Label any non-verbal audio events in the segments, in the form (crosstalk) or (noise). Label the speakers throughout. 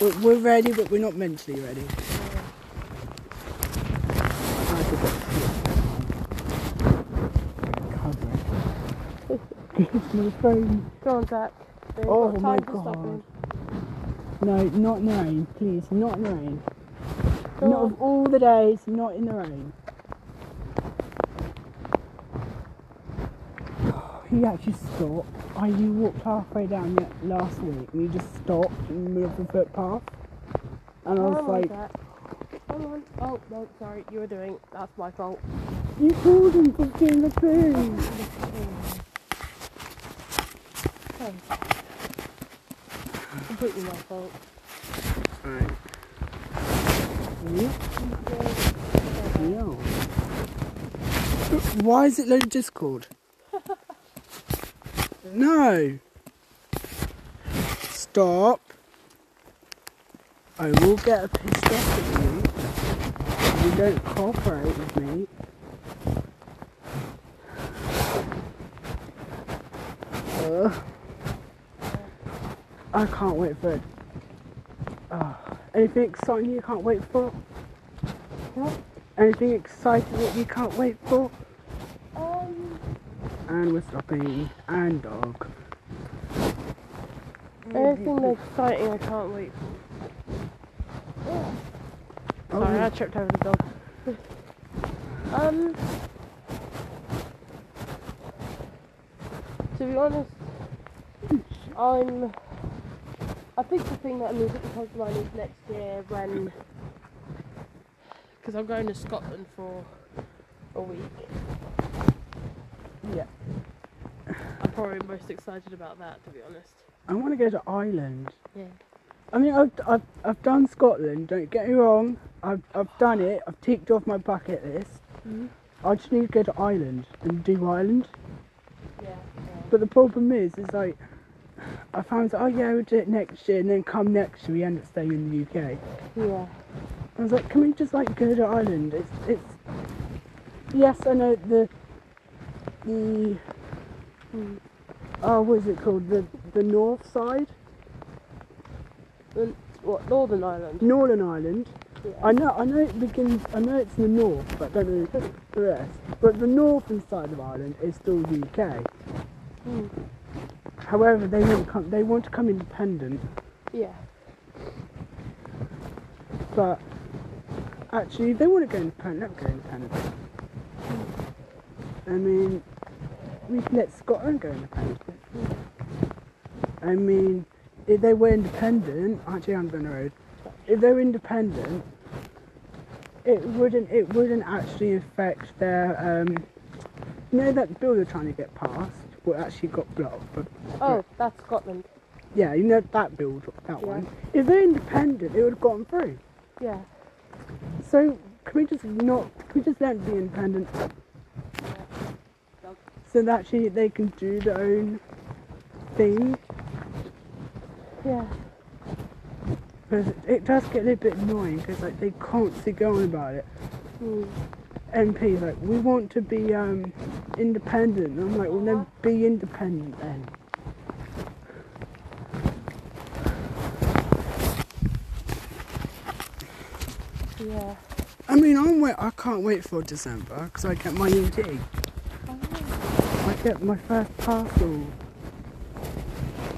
Speaker 1: We're, we're ready, but we're not mentally (laughs) ready. I could get- My phone.
Speaker 2: Go on, Zach. They've
Speaker 1: Oh
Speaker 2: got
Speaker 1: my
Speaker 2: time for stopping.
Speaker 1: No, not in the rain, please, not in the rain.
Speaker 2: Go
Speaker 1: not
Speaker 2: on.
Speaker 1: of all the days, not in the rain. (sighs) He actually stopped. I you walked halfway down it last week and he just stopped and moved the footpath. And I
Speaker 2: Come
Speaker 1: was
Speaker 2: on,
Speaker 1: like,
Speaker 2: Zach. Come on. Oh, no, sorry. You were doing. That's my fault.
Speaker 1: You called him for being the thing.
Speaker 2: Completely my fault.
Speaker 1: Alright. Why is it loaded Discord? no. Stop. I will get pissed off at you. if You don't cooperate with me. Ugh. I can't wait for it. Ah, anything exciting you can't wait for?
Speaker 2: What?
Speaker 1: Anything exciting that you can't wait for?
Speaker 2: Um,
Speaker 1: And we're stopping. And dog.
Speaker 2: anything exciting I can't wait for.
Speaker 1: Oh, Um,
Speaker 2: Sorry, I tripped over the dog. um, to be honest, I'm. I think the thing that immediately comes to mind is next year when. Because I'm going to Scotland for a week.
Speaker 1: Yeah.
Speaker 2: I'm probably most excited about that, to be honest.
Speaker 1: I want to go to Ireland.
Speaker 2: Yeah.
Speaker 1: I mean, I've, I've, I've done Scotland, don't get me wrong. I've, I've done it, I've ticked off my bucket list.
Speaker 2: Mhm.
Speaker 1: I just need to go to Ireland and do Ireland.
Speaker 2: Yeah.
Speaker 1: But the problem is, is like, I found out, oh yeah, we'll do it next year, and then come next year, we end up staying in the UK.
Speaker 2: Yeah.
Speaker 1: I was like, can we just like go to Ireland? It's it's yes, I know the the
Speaker 2: Mm.
Speaker 1: oh what is it called the the north side
Speaker 2: The, what, Northern Ireland?
Speaker 1: Northern Ireland.
Speaker 2: Yeah.
Speaker 1: I know I know it begins I know it's in the north, but I don't know the rest. But the northern side of Ireland is still the UK.
Speaker 2: Mm.
Speaker 1: However, they want to come they want to come independent,
Speaker 2: Yeah.
Speaker 1: but actually they want to go independent. Let them go independent. I mean, we can let Scotland go independent. I mean, if they were independent, actually I'm going to road. If they're independent, it wouldn't it wouldn't actually affect their um, you know that bill you're trying to get passed. Well, actually got blocked, but
Speaker 2: Oh, that's Scotland.
Speaker 1: yeah, you know that bill, that
Speaker 2: Yeah.
Speaker 1: one. If they're independent, it would have gotten through.
Speaker 2: Yeah.
Speaker 1: So can we just not? Can we just let them be independent? So that actually they can do their own thing.
Speaker 2: Yeah.
Speaker 1: Because it does get a little bit annoying because like they constantly go on about it.
Speaker 2: Mm.
Speaker 1: MPs like we want to be um, independent. And I'm like, well then be independent then.
Speaker 2: Yeah.
Speaker 1: I mean, I'm wait. I can't wait for December because I get my UT. I get my first parcel.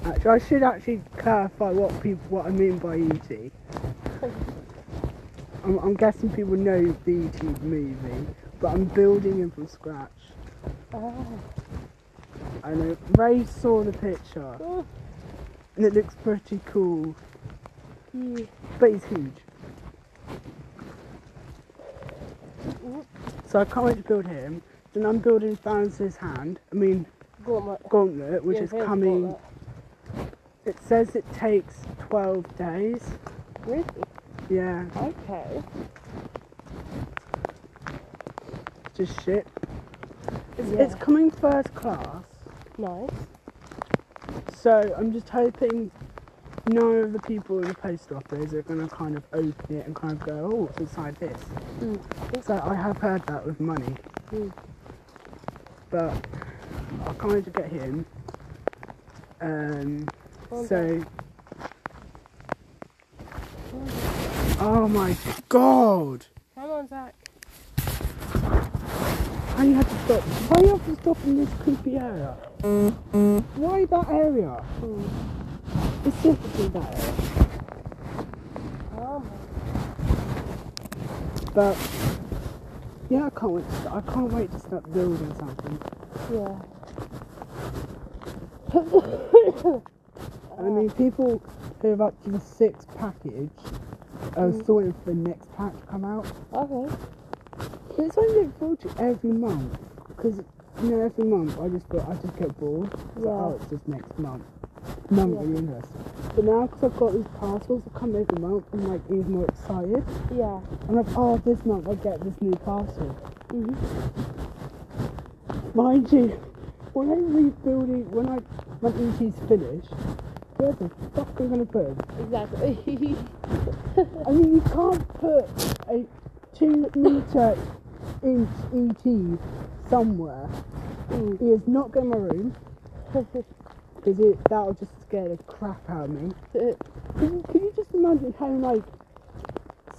Speaker 1: Actually, I should actually clarify what people what I mean by ET. I'm, I'm guessing people know the ET movie, but I'm building it from scratch.
Speaker 2: Oh.
Speaker 1: I know Ray saw the picture
Speaker 2: Oh.
Speaker 1: and it looks pretty cool,
Speaker 2: Yeah.
Speaker 1: but he's huge. So I can't wait to build him. Then I'm building Thanos' hand. I mean
Speaker 2: Gauntlet.
Speaker 1: gauntlet, which
Speaker 2: Yeah,
Speaker 1: is
Speaker 2: here's
Speaker 1: coming.
Speaker 2: Gauntlet.
Speaker 1: It says it takes 12 days.
Speaker 2: Really?
Speaker 1: Yeah,
Speaker 2: Okay.
Speaker 1: it's just shit. It's,
Speaker 2: Yeah.
Speaker 1: it's coming first class,
Speaker 2: Nice.
Speaker 1: so I'm just hoping none of the people in the post office are going to kind of open it and kind of go, oh, what's inside this?
Speaker 2: Mm.
Speaker 1: So I have heard that with money,
Speaker 2: Mm.
Speaker 1: but I can't wait to get him. Um,
Speaker 2: Well
Speaker 1: so Oh my god!
Speaker 2: Come on, Zach.
Speaker 1: And you had to stop. Why you have to stop in this creepy area? Why that area? Specifically that area.
Speaker 2: Come on.
Speaker 1: But yeah, I can't wait. To start, I can't wait to start building something.
Speaker 2: Yeah.
Speaker 1: I mean, people who have up to the sixth package are
Speaker 2: Mm.
Speaker 1: sorting for the next pack to come out.
Speaker 2: Okay.
Speaker 1: But it's something I look forward to every month because you know every month I just got I just get bored. It's like,
Speaker 2: Yeah.
Speaker 1: oh, it's just next month. None of
Speaker 2: Yeah.
Speaker 1: really interested. But now because I've got these parcels that come every month, I'm like even more excited.
Speaker 2: Yeah.
Speaker 1: I'm like, oh, this month I get this new parcel.
Speaker 2: Mhm.
Speaker 1: Mind you, when I rebuilding, when I my ET's finished, where the fuck are we gonna put 'em?
Speaker 2: Exactly. (laughs)
Speaker 1: I mean, you can't put a two meter inch ET somewhere.
Speaker 2: Mm.
Speaker 1: He is not getting my
Speaker 2: (laughs)
Speaker 1: room because that will just scare the crap out of me. Can you, can you just imagine how like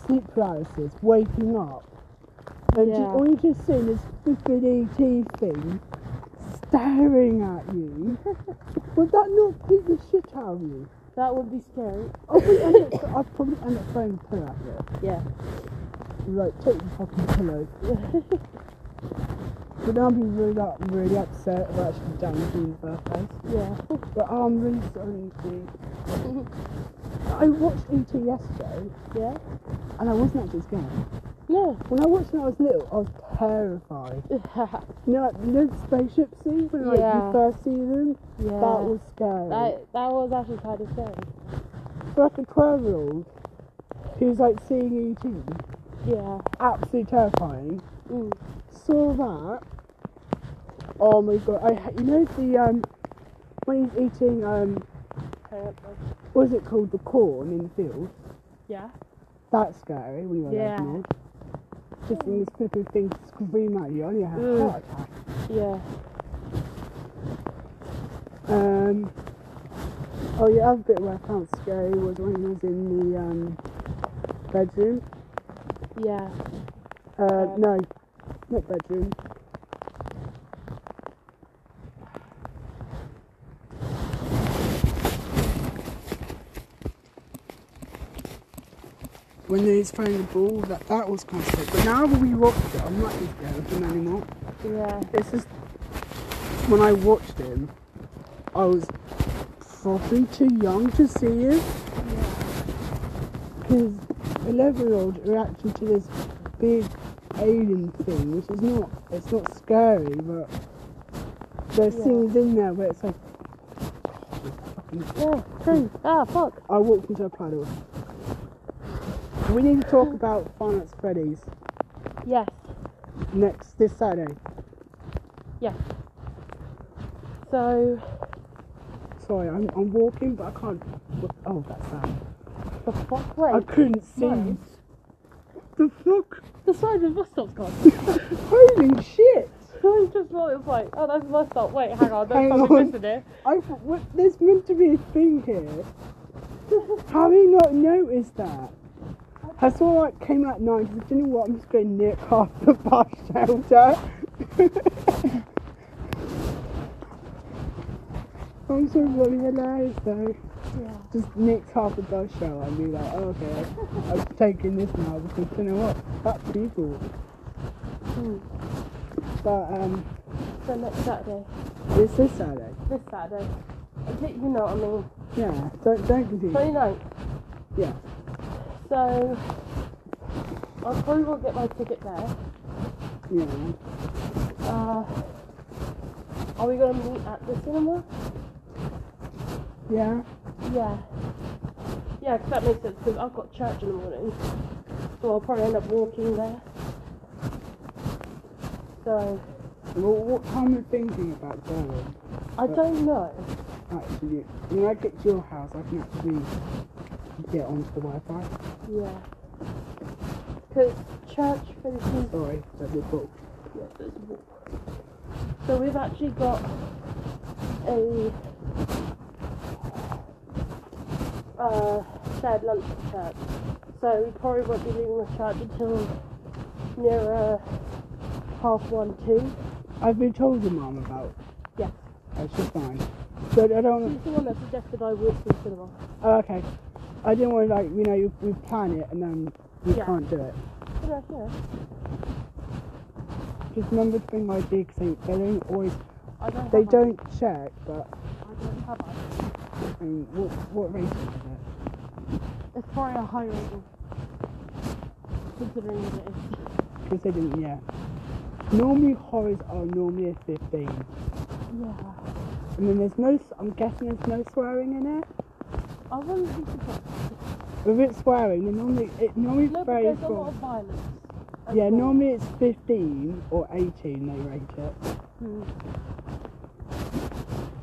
Speaker 1: sleep paralysis, waking up, and ju-
Speaker 2: Yeah.
Speaker 1: all you're just seeing is stupid ET thing staring at
Speaker 2: (laughs)
Speaker 1: you? Would that not beat the shit out of you?
Speaker 2: that would be scary.
Speaker 1: I'll probably end up, I'll probably end up throwing a pillow at you.
Speaker 2: Yeah.
Speaker 1: Right, take the fucking pillow. (laughs) But now I'm being really, up, really upset about actually damaging the birthday.
Speaker 2: Yeah.
Speaker 1: But oh, I'm really sorry, ET. (laughs) I watched ET yesterday,
Speaker 2: Yeah.
Speaker 1: and I wasn't actually scared.
Speaker 2: (laughs) No.
Speaker 1: When I watched it when I was little, I was terrified. You know, like, you know the spaceship scene when like,
Speaker 2: Yeah.
Speaker 1: you first see them?
Speaker 2: Yeah.
Speaker 1: That was scary.
Speaker 2: that, that was actually kind of scary.
Speaker 1: For like a 12 year old who's like seeing ET,
Speaker 2: Yeah.
Speaker 1: absolutely terrifying.
Speaker 2: Mm.
Speaker 1: saw that. Oh my god! I ha- you know the um when he's eating um
Speaker 2: Hang up there.
Speaker 1: what is it called the corn in the field?
Speaker 2: Yeah.
Speaker 1: That's scary when you're
Speaker 2: Yeah.
Speaker 1: eleven. Just in this flipping thing scream at you. I nearly had a
Speaker 2: Mm.
Speaker 1: heart attack.
Speaker 2: Yeah.
Speaker 1: Um. Oh yeah, other bit where I found scary was when he was in the um bedroom.
Speaker 2: Yeah.
Speaker 1: Uh,
Speaker 2: Uh,
Speaker 1: no, not bedroom. When they was playing the ball, that, that was kind of sick. But now that we watched it, I'm not as scared of him anymore.
Speaker 2: Yeah.
Speaker 1: It's just when I watched him, I was probably too young to see it because 11 year old reacting to this big alien thing, which is not, it's not scary, but there's
Speaker 2: Yeah.
Speaker 1: things in there where it's like,
Speaker 2: Yeah. True. Ah, fuck.
Speaker 1: I walked into a puddle. We need to talk about Finance Freddy's
Speaker 2: Yes.
Speaker 1: next, this Saturday.
Speaker 2: So,
Speaker 1: Sorry, I'm, I'm walking, but I can't, oh, that's sad.
Speaker 2: the fuck,
Speaker 1: I
Speaker 2: wait.
Speaker 1: couldn't see.
Speaker 2: no.
Speaker 1: The fuck?
Speaker 2: The side of the bus stop's gone. (laughs)
Speaker 1: Holy shit!
Speaker 2: I just thought it was like, oh, that's the bus stop. Wait, hang on,
Speaker 1: Hang
Speaker 2: there's something
Speaker 1: on.
Speaker 2: missing here.
Speaker 1: I thought, what, there's meant to be a thing here. How do you not notice that? I saw like came out at nine because you know what? I'm just going nick (laughs) half the bus shelter. (laughs) I'm so bloody hilarious though.
Speaker 2: Yeah.
Speaker 1: Just nicked half the bus shelter and be like, oh, okay, I'm taking this now because you know what? That's people.
Speaker 2: Hmm.
Speaker 1: But um,
Speaker 2: So next Saturday,
Speaker 1: it's this Saturday.
Speaker 2: this Saturday, I think you know what I mean.
Speaker 1: Yeah, don't don't confuse.
Speaker 2: 29th.
Speaker 1: Yeah.
Speaker 2: So, I probably will get my ticket there.
Speaker 1: Yeah.
Speaker 2: Uh, are we going to meet at the cinema?
Speaker 1: Yeah.
Speaker 2: Yeah. Yeah, 'cause that makes sense, because I've got church in the morning. So I'll probably end up walking there. So,
Speaker 1: Well, what time are you thinking about going?
Speaker 2: I don't know.
Speaker 1: Actually, when I get to your house, I can actually get onto the Wi-Fi.
Speaker 2: Yeah. Because church finishes
Speaker 1: Sorry, that's a book.
Speaker 2: Yeah, there's a wall. So we've actually got a uh, shared lunch at church. So we probably won't be leaving the church until near uh, half one, two.
Speaker 1: I've been told your mum about.
Speaker 2: Yeah.
Speaker 1: I should find. But I don't.
Speaker 2: She's the one that suggested I walk to the cinema.
Speaker 1: Oh, okay. I didn't want to like you know you, we plan it and then we
Speaker 2: Yeah.
Speaker 1: can't do it.
Speaker 2: Good idea.
Speaker 1: Just remember to bring my ID because they, they don't always
Speaker 2: I don't
Speaker 1: they
Speaker 2: have
Speaker 1: don't check. But
Speaker 2: I don't have it.
Speaker 1: I mean, what what race is it?
Speaker 2: It's probably a high rating. Considering that it is.
Speaker 1: Because they didn't. Yeah. Normally horrors are normally a fifteen.
Speaker 2: Yeah.
Speaker 1: And then there's no. s- I'm guessing there's no swearing in it.
Speaker 2: I wouldn't be surprised.
Speaker 1: If it's swearing, then normally it normally
Speaker 2: No, but
Speaker 1: varies
Speaker 2: there's a
Speaker 1: from.
Speaker 2: lot of violence. and
Speaker 1: Yeah,
Speaker 2: gore.
Speaker 1: normally it's 15 or 18 they rate it.
Speaker 2: Hmm.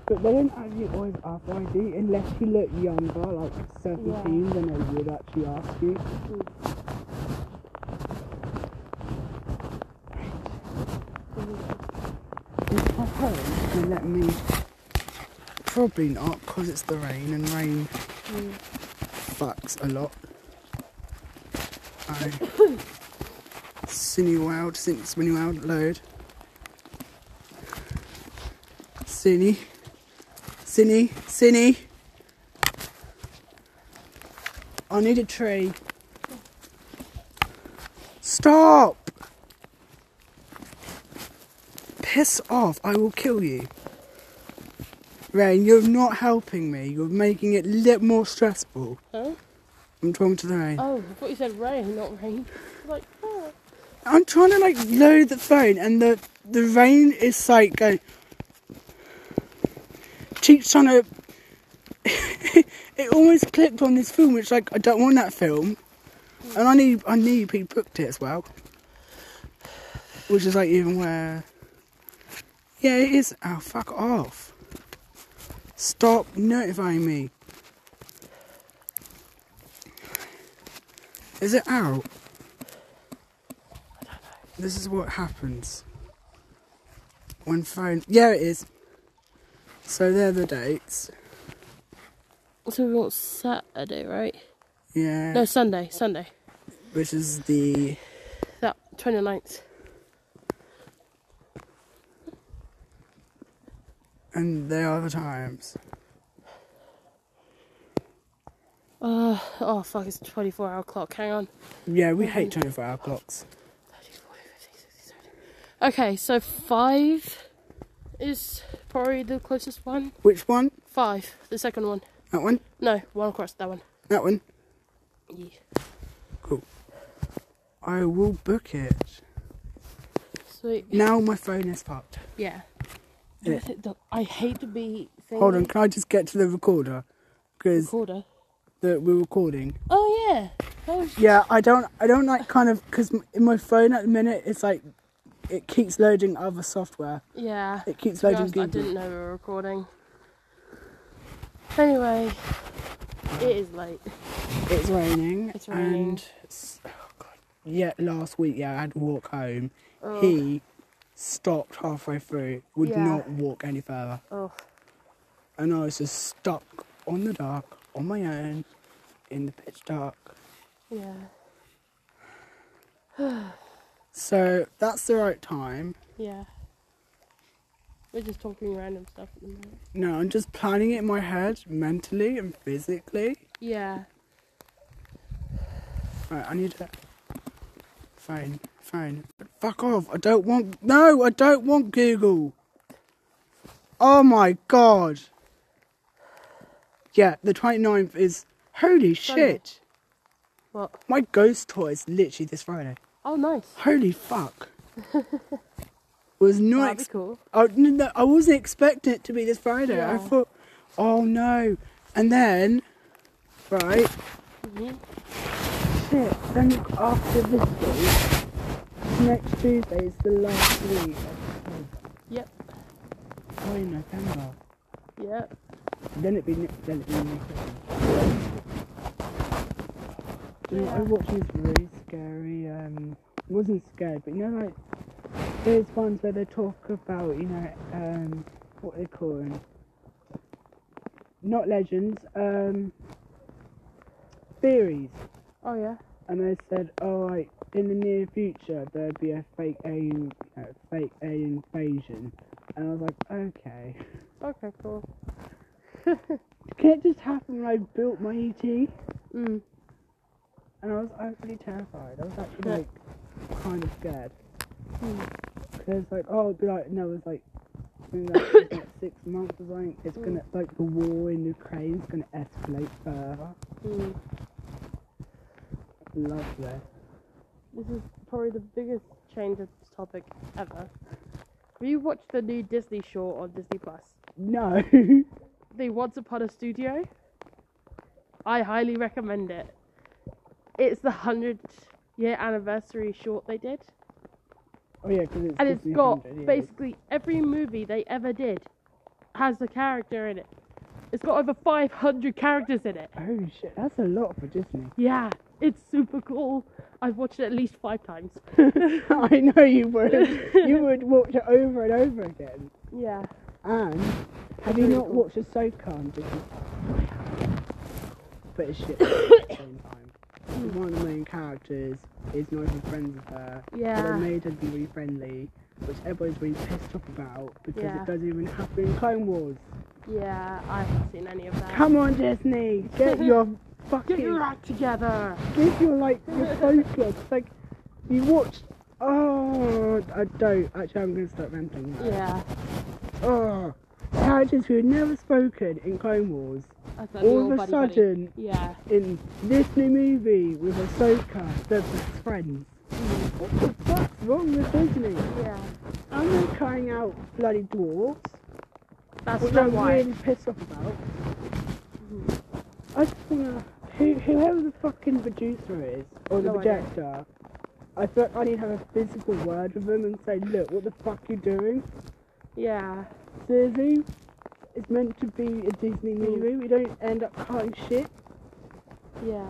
Speaker 1: But they don't actually always ask for ID unless you look younger, like 17, then they would actually ask you. If I home, they let me. Probably not, because it's the rain, and rain fucks a lot. I. Sunny Wild, since Sunny Wild load. Sunny. Sunny, Sunny. I need a tree. Stop! Piss off, I will kill you. Rain, you're not helping me. You're making it a little more stressful.
Speaker 2: Huh?
Speaker 1: I'm talking to the rain.
Speaker 2: Oh, I thought you said rain, not rain. Like, oh.
Speaker 1: I'm trying to like load the phone and the the rain is like going keeps trying to (laughs) it almost clicked on this film which like I don't want that film. And I knew I knew he booked it as well. Which is like even where Yeah it is oh fuck off. Stop notifying me. Is it out? This is what happens when phone. Yeah, it is. So they're the dates.
Speaker 2: So we want Saturday, right?
Speaker 1: Yeah,
Speaker 2: No, Sunday, Sunday.
Speaker 1: which is the
Speaker 2: That, 29th.
Speaker 1: and they are the times.
Speaker 2: Uh, oh, fuck, it's a 24 hour clock. Hang on.
Speaker 1: Yeah, we hate twenty-four hour clocks.
Speaker 2: 30, 40, 50, 60, 70. Okay, so 5 is probably the closest one.
Speaker 1: Which one?
Speaker 2: 5, the second one.
Speaker 1: That one.
Speaker 2: No, one across, that one.
Speaker 1: That one.
Speaker 2: Yeah.
Speaker 1: Cool. I will book it.
Speaker 2: Sweet.
Speaker 1: Now my phone is fucked.
Speaker 2: Yeah.
Speaker 1: Yeah.
Speaker 2: I think that- I hate to be saying
Speaker 1: Hold on, can I just get to the recorder? Because
Speaker 2: recorder.
Speaker 1: that we're recording.
Speaker 2: Oh yeah. That was-
Speaker 1: Yeah, I don't. I don't like kind of because my phone at the minute it's like it keeps loading other software.
Speaker 2: yeah.
Speaker 1: It keeps
Speaker 2: To be
Speaker 1: loading
Speaker 2: honest, I
Speaker 1: Google.
Speaker 2: didn't know we were recording. Anyway, it is late.
Speaker 1: It's raining.
Speaker 2: It's raining.
Speaker 1: And s- oh God. Yeah, last week, yeah, I had to walk home. He stopped halfway through, would
Speaker 2: Yeah.
Speaker 1: not walk any further.
Speaker 2: Oh,
Speaker 1: And I was just stuck on the dark, on my own, in the pitch dark.
Speaker 2: yeah.
Speaker 1: So that's the right time.
Speaker 2: Yeah. We're just talking random stuff at the minute.
Speaker 1: No, I'm just planning it in my head, mentally and physically.
Speaker 2: Yeah.
Speaker 1: Right, I need a phone, phone. But fuck off! I don't want. No, I don't want Google. Oh my god. Yeah, the 29th is. Holy
Speaker 2: Sunday.
Speaker 1: shit!
Speaker 2: What?
Speaker 1: My ghost tour is literally this Friday.
Speaker 2: Oh, nice.
Speaker 1: Holy
Speaker 2: (laughs)
Speaker 1: fuck. Was not.
Speaker 2: That'd be
Speaker 1: ex-
Speaker 2: cool.
Speaker 1: I, no, no, I wasn't expecting it to be this Friday. I
Speaker 2: Yeah.
Speaker 1: thought, oh no. And then, right,
Speaker 2: Mhm.
Speaker 1: shit. Then after this week, next Tuesday is the last week.
Speaker 2: Yep.
Speaker 1: Oh, in November.
Speaker 2: Yep.
Speaker 1: Then it be ne- then it be next week. You know, I
Speaker 2: Yeah.
Speaker 1: watched these really scary. Um, wasn't scared, but you know, like there's ones where they talk about, you know, um, what they call them. Not legends. Um, theories.
Speaker 2: Oh yeah.
Speaker 1: And I said, all right, in the near future, there'd be a fake alien, a fake alien invasion. And I was like, okay.
Speaker 2: Okay, cool.
Speaker 1: Can it just happen when I built my ET?
Speaker 2: Mm.
Speaker 1: And I was actually terrified. I was actually
Speaker 2: Yeah.
Speaker 1: like kind of scared.
Speaker 2: Hmm.
Speaker 1: Because it's like, oh, it'd be like, no, it's like, in like, (coughs) about six months or something, it's
Speaker 2: Mm.
Speaker 1: gonna, like, the war in Ukraine's gonna escalate further.
Speaker 2: Mm.
Speaker 1: Love this.
Speaker 2: This is probably the biggest change of topic ever. Have you watched the new Disney show on Disney Plus?
Speaker 1: No. (laughs)
Speaker 2: The Once Upon a Studio. I highly recommend it. It's the hundred year anniversary short they did,
Speaker 1: oh, yeah, because it's
Speaker 2: and it's
Speaker 1: Disney
Speaker 2: got
Speaker 1: 100 years.
Speaker 2: basically every movie they ever did has a character in it. It's got over five hundred characters in it.
Speaker 1: Oh, shit, that's a lot for Disney.
Speaker 2: Yeah, it's super cool. I've watched it at least five times.
Speaker 1: (laughs) I know you would.
Speaker 2: (laughs)
Speaker 1: you would watch it over and over again.
Speaker 2: Yeah.
Speaker 1: And have
Speaker 2: That's
Speaker 1: you
Speaker 2: really
Speaker 1: not
Speaker 2: cool.
Speaker 1: watched Ahsoka on Disney? But it's shit at the
Speaker 2: (coughs)
Speaker 1: same time.
Speaker 2: Mm.
Speaker 1: One of the main characters is not even friends with her. So
Speaker 2: Yeah.
Speaker 1: they made her be really friendly, which everybody's really pissed off about because
Speaker 2: Yeah.
Speaker 1: it doesn't even happen in Clone Wars.
Speaker 2: Yeah, I haven't seen any of that.
Speaker 1: Come on, Disney,
Speaker 2: (laughs)
Speaker 1: get your fucking
Speaker 2: Get your act together.
Speaker 1: give your like your focus. Like you watched. Oh, I don't. Actually, I'm gonna start ranting. now.
Speaker 2: Yeah,
Speaker 1: Oh, characters who had never spoken in Clone Wars,
Speaker 2: I thought
Speaker 1: all of a sudden
Speaker 2: Yeah.
Speaker 1: in this new movie with Ahsoka, they're best friends.
Speaker 2: Mm.
Speaker 1: What the fuck's wrong with Disney?
Speaker 2: Yeah.
Speaker 1: I'm not crying out bloody dwarves,
Speaker 2: That's
Speaker 1: which
Speaker 2: not
Speaker 1: I'm
Speaker 2: why.
Speaker 1: really pissed off about. I just wanna, who, whoever the fucking producer is, or the
Speaker 2: No idea.
Speaker 1: projector, I feel like I need to have a physical word with them and say, look, what the fuck you doing?
Speaker 2: Yeah.
Speaker 1: Seriously? It's meant to be a Disney
Speaker 2: Hmm.
Speaker 1: movie. We don't end up cutting shit.
Speaker 2: Yeah.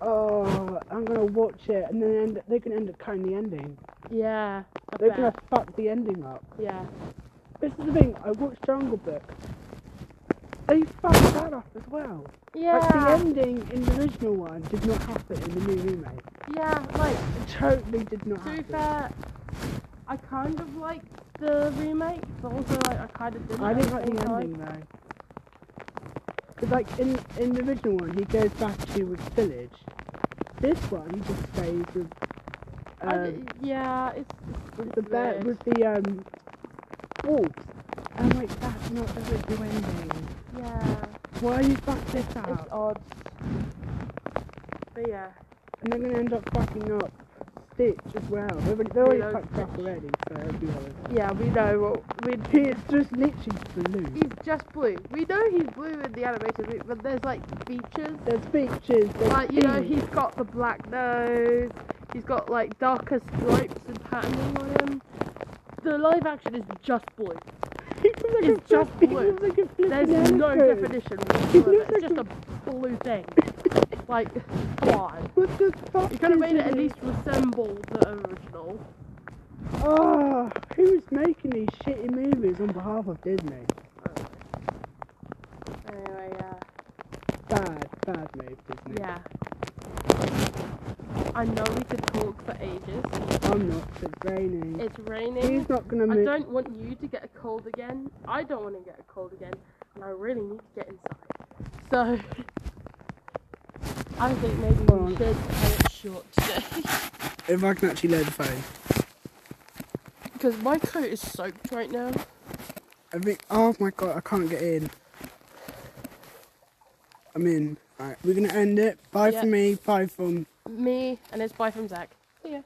Speaker 1: Oh, I'm gonna watch it, and then end they can end up cutting the ending.
Speaker 2: Yeah. I
Speaker 1: They're
Speaker 2: bet.
Speaker 1: gonna fuck the ending up.
Speaker 2: Yeah.
Speaker 1: This is the thing. I watched Jungle Book. They fucked that up as well. Like the
Speaker 2: Yeah.
Speaker 1: ending in the original one did not happen in the new remake.
Speaker 2: Yeah. Like
Speaker 1: It totally did not
Speaker 2: to be
Speaker 1: happen.
Speaker 2: fair, I kind of like the remake, but also like I kind of didn't.
Speaker 1: I
Speaker 2: at
Speaker 1: didn't
Speaker 2: same
Speaker 1: like the
Speaker 2: time.
Speaker 1: ending though. Cause like in in the original one, he goes back to his village. This one, he just stays with.
Speaker 2: I
Speaker 1: Um,
Speaker 2: d- yeah. It's, it's
Speaker 1: with
Speaker 2: it's
Speaker 1: the bear,
Speaker 2: weird.
Speaker 1: with the um wolves. I'm like, that's not a good ending.
Speaker 2: Yeah.
Speaker 1: Why you fuck this
Speaker 2: It's
Speaker 1: up?
Speaker 2: odd. But yeah.
Speaker 1: And they're gonna end up fucking up Stitch as well. They've already, they're already
Speaker 2: Hello,
Speaker 1: fucked up
Speaker 2: Stitch.
Speaker 1: already, so it'll be alright.
Speaker 2: Yeah. We know what we.
Speaker 1: He is just literally blue.
Speaker 2: He's just blue. We know he's blue in the animated movie, but there's like features.
Speaker 1: There's features, there's
Speaker 2: Like you know,
Speaker 1: feelings. (laughs)
Speaker 2: he's got the black nose. He's got like darker stripes and patterning on him. The live action is just blue.
Speaker 1: He looks like
Speaker 2: he's
Speaker 1: a
Speaker 2: just
Speaker 1: flipping-
Speaker 2: blue.
Speaker 1: He looks like a flipping
Speaker 2: There's no
Speaker 1: elephant.
Speaker 2: definition
Speaker 1: He
Speaker 2: whatsoever.
Speaker 1: looks
Speaker 2: It's just
Speaker 1: like
Speaker 2: a blue thing. Like, come on.
Speaker 1: What the fuck?
Speaker 2: You could have
Speaker 1: is
Speaker 2: made it at
Speaker 1: this?
Speaker 2: least resemble the original.
Speaker 1: Oh, who's making these shitty movies on behalf of Disney?
Speaker 2: Anyway, yeah.
Speaker 1: Bad, bad move, Disney.
Speaker 2: Yeah. I know we could talk for ages.
Speaker 1: I'm not. 'cause It's raining.
Speaker 2: It's raining.
Speaker 1: He's not gonna
Speaker 2: I
Speaker 1: move.
Speaker 2: don't want you to get a cold again. I don't want to get a cold again, and I really need to get inside. So I think maybe
Speaker 1: Hold
Speaker 2: we
Speaker 1: on.
Speaker 2: should cut it short today (laughs)
Speaker 1: If I can actually load the phone,
Speaker 2: because my coat is soaked right now.
Speaker 1: I think. Oh my god, I can't get in. I'm in. Alright, we're gonna end it. Bye
Speaker 2: Yeah.
Speaker 1: for me. Bye from
Speaker 2: Me and it's bye from Zach. See ya.